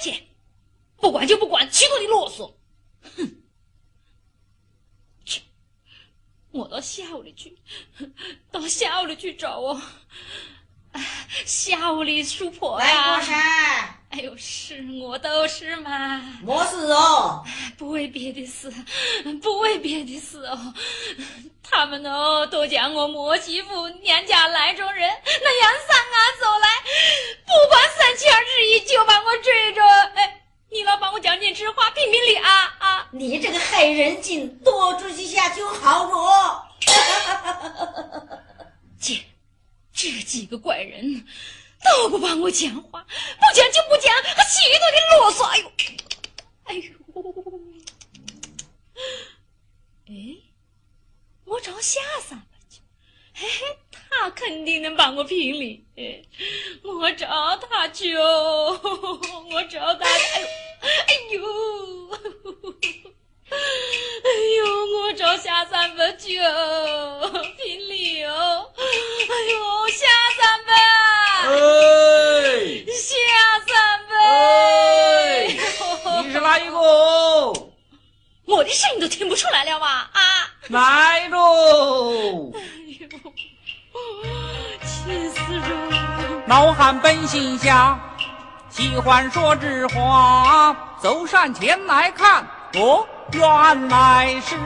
切，不管就不管，岂管你啰嗦！哼！切，我到下屋里去，到下屋里去找哦。下屋里叔婆呀、来过噻，哎呦，是我都是嘛，没事哦。不为别的事，不为别的事哦。他们哦都讲我磨媳妇娘家兰州人，那样上俺走来，不管三七二十一就把我追着。哎，你老帮我讲几句话评评理啊啊！你这个害人精，多注意下就好了。姐，这几个怪人都不帮我讲话，不讲就不讲，还许多的啰嗦。哎呦，哎呦，哎，我找夏三伯去，哎，他肯定能帮我评理。哎，我找他去哦，我找他去。哎呦，哎呦。哎呦，我找下三伯去哦，评理哦！哎呦，下三伯，哎，下三伯，哎哎呦你是哪一个？哦我的声音都听不出来了哇啊！来喽！哎呦，气死人了！老汉本性下，喜欢说之话，走上前来看，哦，原来是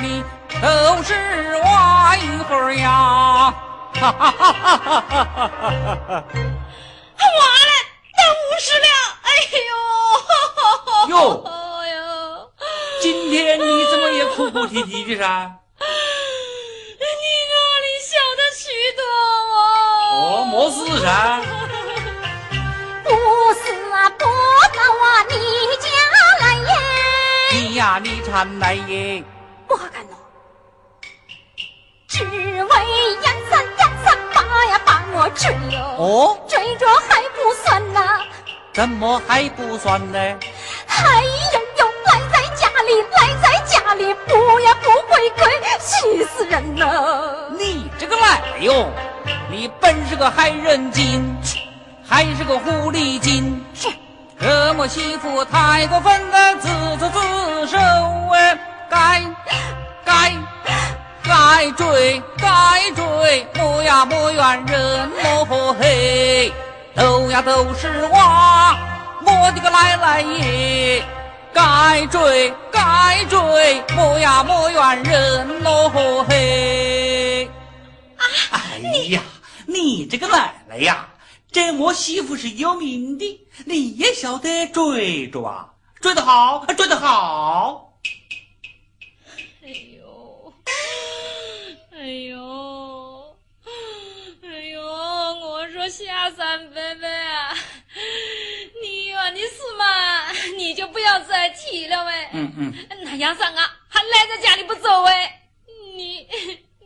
你，都是我一会儿呀！哈哈哈哈哈哈哈哈！完了，到五十了！哎呦，哟哎呦，今天你怎么也哭哭啼啼的噻？你哪里晓得许多哦？哦，没事噻。不是啊，不到啊，你家来耶！你呀，你常来耶！我看侬，只为杨三杨三把呀把我追哟，哦，追着还不算呐、怎么还不算呢？哎呦呦，赖在家里，赖在家里，不呀不回归，气死人了！你这个赖哟！你本是个害人精，还是个狐狸精。这么媳妇太过分了，自作自受哎！该该该追该追，莫呀莫怨人莫嘿，都呀都是我，我的个奶奶耶！该追该追，莫呀莫怨人咯嘿！哎呀，你这个奶奶呀，这我媳妇是有名的，你也晓得追着啊，追得好，哎追得好。哎呦，哎呦，哎呦！我说下三伯伯啊，你怨的事嘛，你就不要再提了喂。嗯嗯，那样上啊，还赖在家里不走喂？你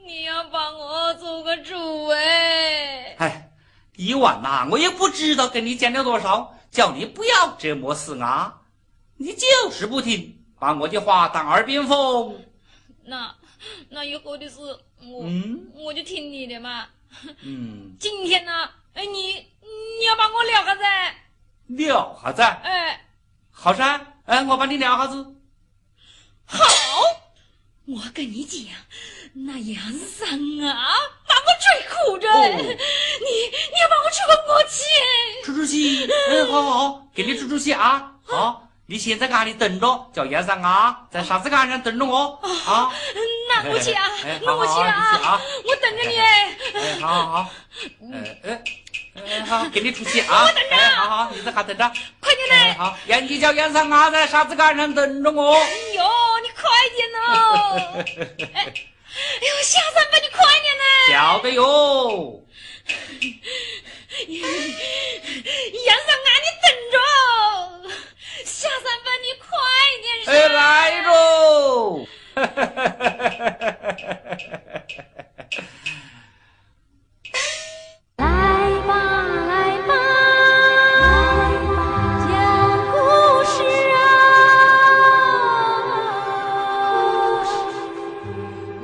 你要帮我做个主喂？哎，一晚呐、我也不知道跟你讲了多少，叫你不要折磨死啊，你就是不听，把我的话当耳边风。那那以后的事，我、嗯我就听你的嘛。嗯，今天呢，哎你你要帮我聊个噻，聊哈子，哎。好噻，哎，我帮你聊哈子。好，我跟你讲，那杨三啊，把我追哭着，哦你你要帮我出个国去，出出气，嗯，好好好，给你出出气啊！好，你先在俺里等着，叫杨三啊，在沙子杆上等着我啊！那我去啊哎，那我去好好好啊，我等着你哎，哎，好好好，哎哎哎，好，给你出气啊！我等着，好好，你在喊等着。快点哎，来，好，杨你叫杨三啊，在沙子杆上等着我。哎呦，你快点哦，哎，哎呦，下三伯你快点呢，晓得哟，杨三啊，你等着，下三伯你快点噻，哎，来喽！来吧来吧，讲故事啊！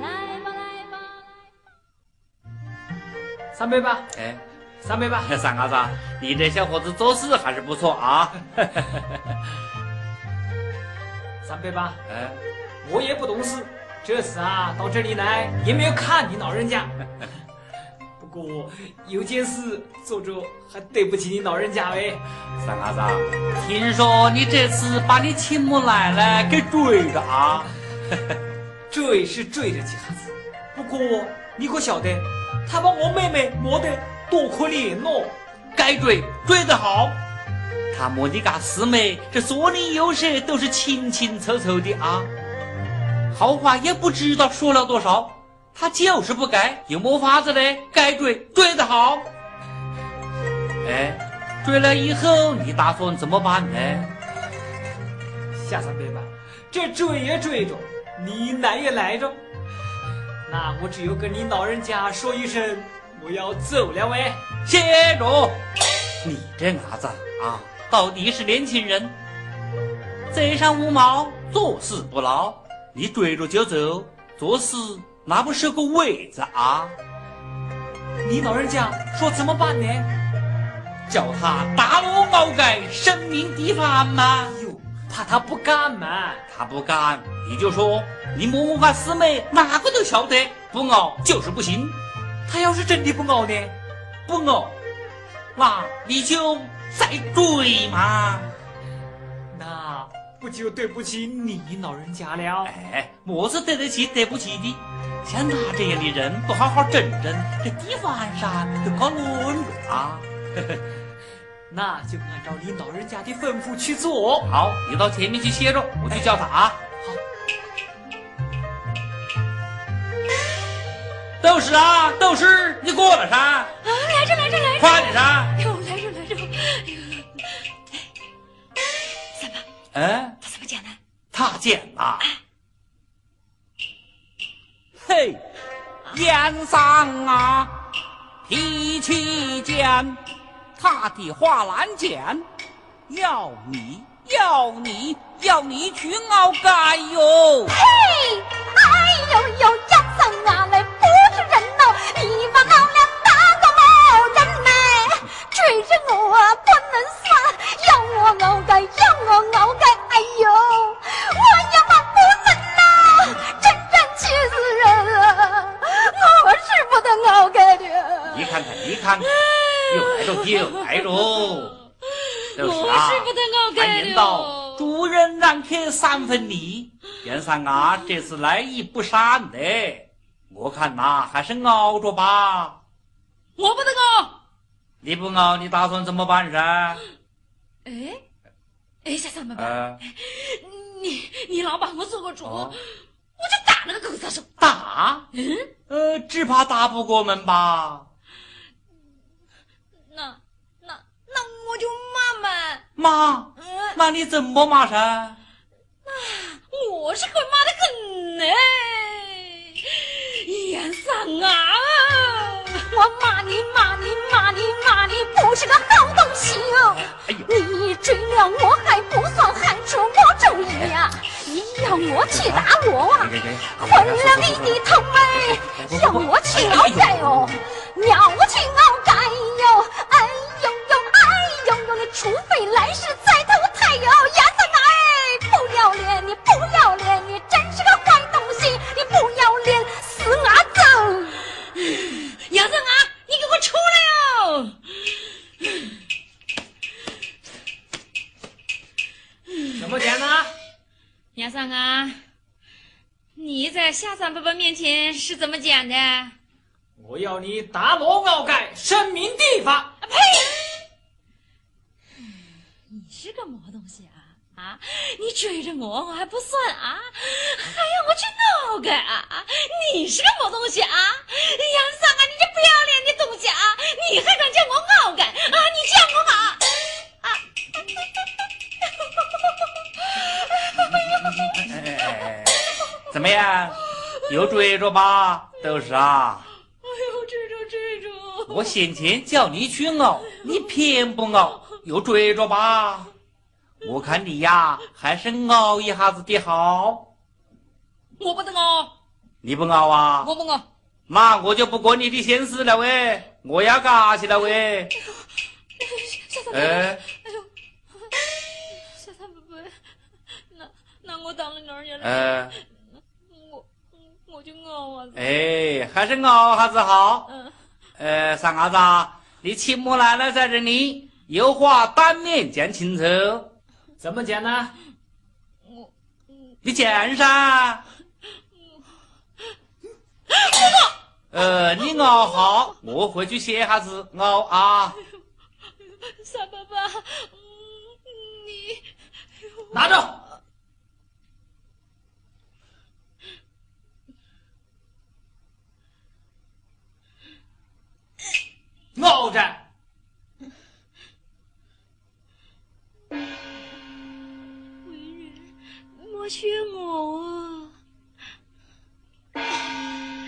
来吧来吧。三杯吧，哎，三百八，三嘎子啊，你这小伙子做事还是不错 啊。三百八，哎，我也不懂事，这次啊到这里来也没有看你老人家。不过有件事做做还对不起你老人家喂。三嘎子啊，听说你这次把你亲母奶奶给追了啊？追是追了几下子，不过你可晓得，他把我妹妹磨得多可怜哦。该追追得好。他摸你个师妹，这左邻右舍都是清清楚楚的啊。好话也不知道说了多少，他就是不改，有么法子嘞？该追追得好。哎，追了以后你打算怎么办呢？下三辈吧，这追也追着，你来也来着，那我只有跟你老人家说一声，我要走了喂。谢主，你这伢子啊，到底是年轻人，嘴上无毛，做事不牢。你追着就走，做事那不是个位子啊？你老人家说怎么办呢？叫他打锣熬盖，声名地方嘛。哟，怕他不干嘛？他不干，你就说你摸摸看师妹哪个都晓得，不熬就是不行。他要是真的不熬呢？不熬，那你就再追嘛。那不就对不起你老人家了？哎，我是对得起对不起的。像他这样的人，不好好整整，这地方上就搞乱了啊！那就按照你老人家的吩咐去做。好，你到前面去歇着，我去叫他啊。好，豆豉啊，豆豉，你过来噻，啊，来着来着来着！快点噻！哎呦，来着来着！哎呦，三八，嗯，他怎么讲呢？他捡了。嘿，燕上啊，提起剑，他的花篮剑，要你要你要你去熬盖哟！嘿，哎呦呦，江山啊嘞，不是人哦，一把老了打个老人呢，追着我啊不能算，要我熬盖，要我熬盖，哎呦，我要我不能呐，真真气死人啊，我是不能熬盖的。你看看，你看看，又来喽，又来 喽！我是不能熬还盖的言道：“哟。哎主人让开三分泥，袁三啊，这次来意不善的，我看呐、还是熬着吧。我不能熬。你不熬，你打算怎么办 噻？哎，哎，小三八八，呃，你你老把我做个主，我哦就打了个狗撒手。打，嗯，呃，只怕打不过门吧。那那那我就骂骂，骂，嗯，那你怎么骂噻？我是会骂的很呢。严三啊，我骂你骂你骂你骂你，不是个好东西哟、哎呦，你追了我还不算，喊出我主意呀、你要我去打我啊！混了你的头哎，要我去熬盖哦，要我去熬盖哟！哎呦呦，哎呦呦，你除非来世再投胎哟，牙子哎，不要脸，你不要脸，你真是个坏东西，你不要脸，死伢子！严三啊，你给我出来哦！什么钱呢？严三啊，你在夏三伯伯面前是怎么讲的？我要你打锣熬盖，声名地方。你是个毛东西啊啊！你追着我，我还不算啊，还要我去闹个啊！你是个毛东西啊！杨三啊，你这不要脸的东西啊！你还敢叫我傲干啊？你叫我啊啊！哎，怎么样？有追着吧，豆豉啊！哎呦，追着追着，我先前叫你去熬，你偏不熬，又追着吧。我看你呀，还是熬一下子的好。我不能熬，你不熬啊？我不熬，妈，我就不管你的闲事了喂，我要干去了喂。小三伯，哎，哎呦，小三伯伯，那那我当了哪儿去了？呃，我我就熬啊！哎，还是我还是好。嗯，呃，傻伢子啊，你亲母奶奶在这里，有话当面讲清楚。怎么讲呢？我嗯你讲噻。呃，你熬好，我回去歇下子熬啊。三伯伯，嗯，你拿着，闹着，为人莫学我啊！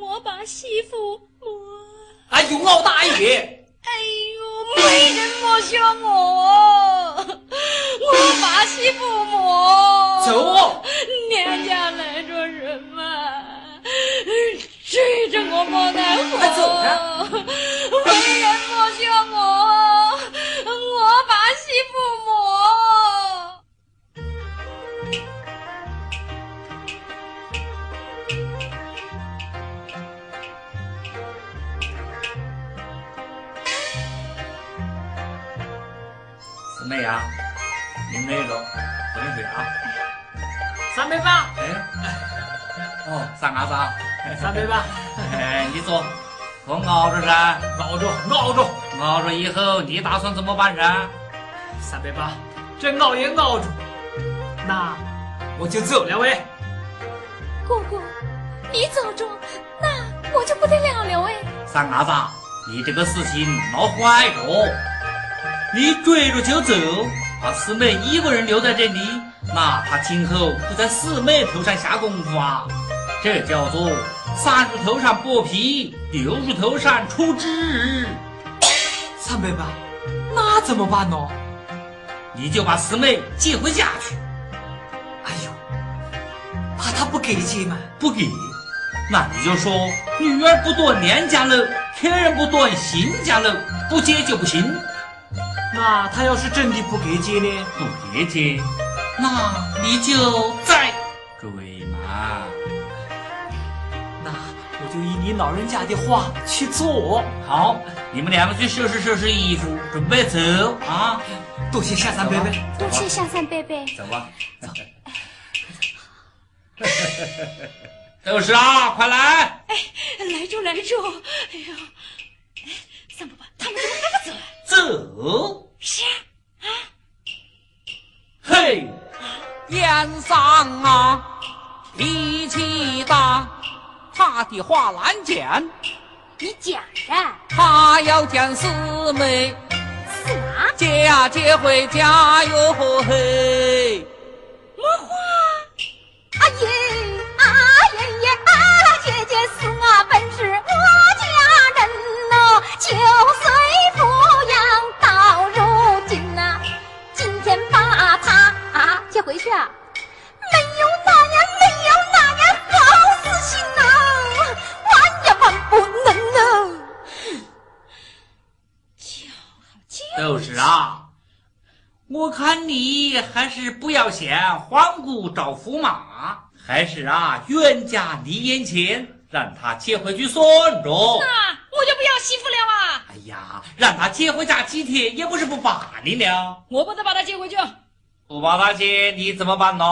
我把媳妇我，哎呦，闹大爷，哎呦，为人莫学我啊！我把媳妇我啊走，娘家来做什么？追着我莫难活快走，为人莫学我，我把媳妇磨。姊妹啊，你们那种等一会啊。三杯 半，哎，哦，三伢子啊，三杯半，哎，你坐，我熬着噻，闹着，闹着，熬着以后你打算怎么办噻？三杯半，这闹也闹着，那我就走了喂。姑姑，你走着，那我就不得了了哎。三伢子啊，你这个事情闹坏了，你追着就走，把师妹一个人留在这里，那她今后就在师妹头上下功夫啊，这叫做上入头上剥皮，流入头上出汁。三杯半，那怎么办呢？你就把师妹接回家去。哎呦，怕他不给接嘛。不给，那你就说女儿不断娘家喽，客人不断邢家喽，不接就不行，那他要是真的不给接呢？不接接，那你就再追嘛。那我就依你老人家的话去做。好，你们两个去收拾收拾衣服，准备走啊，多谢下三伯伯。多谢下三伯伯。走吧。 豆十啊，快来！来住来住，哎呦，哎，三伯伯，他们怎么还不走啊？走，是啊，嘿，燕上啊，力气大，他的话难讲。你讲噻，他要将师妹是啊，接呀接回家哟嘿，阿爷，阿爷爷，阿姐姐是我本是我家人喽，九岁抚养到如今呐、今天把他啊接回去啊，没有那样没有那样好事情哦，万也万不能哦。就是啊，我看你还是不要想换骨找福马，还是啊冤家离眼前，让他接回去算着。那 我就不要媳妇了啊！哎呀，让他接回家几天也不是不把你了，我不得把他接回去。不把他接你怎么办呢？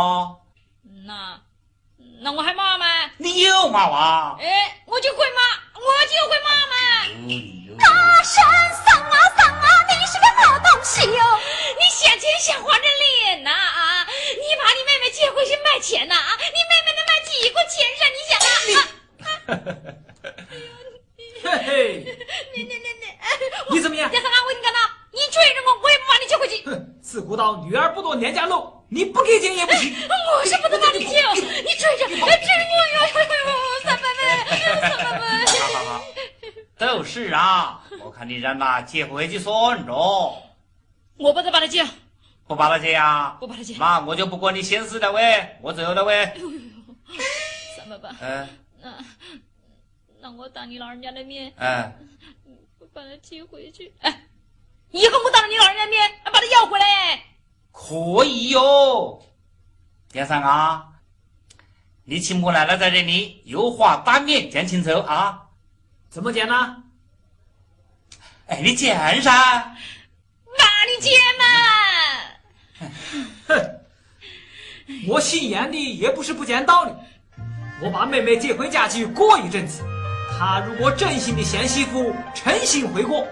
那，那我还骂吗？你又骂 我？哎，我就会骂，我就会骂嘛！大山上啊上啊，你是个好东西哟、你想钱想花着脸呐啊！你把你妹妹接回去卖钱呐啊！你妹妹能卖几块钱噻？你想啊？啊嘿嘿，你你你你，你怎么样啊你？看看我，你看看，你追着我，我也不把你接回去。哼，自古道女儿不躲娘家漏，你不给接也不行。我是不能把你接哦，你追着，追着我哟！哎呦，三伯伯，三伯伯。哈哈，都是啊，我看你让他接回去算着，我不得把他接，不把他接啊。不把他接。妈，我就不管你闲事了喂，我走了喂。三伯伯，嗯、那那我当你老人家的面，哎，我把他接回去。哎，以后我当着你老人家的面，把他要回来。哎可以哟。杨三啊，你请我奶奶在这里有话当面讲清楚啊！怎么讲呢？哎，你讲噻，把你接嘛！我姓杨的也不是不讲道理。我把妹妹接回家去过一阵子，她如果真心的想媳妇，诚心悔过，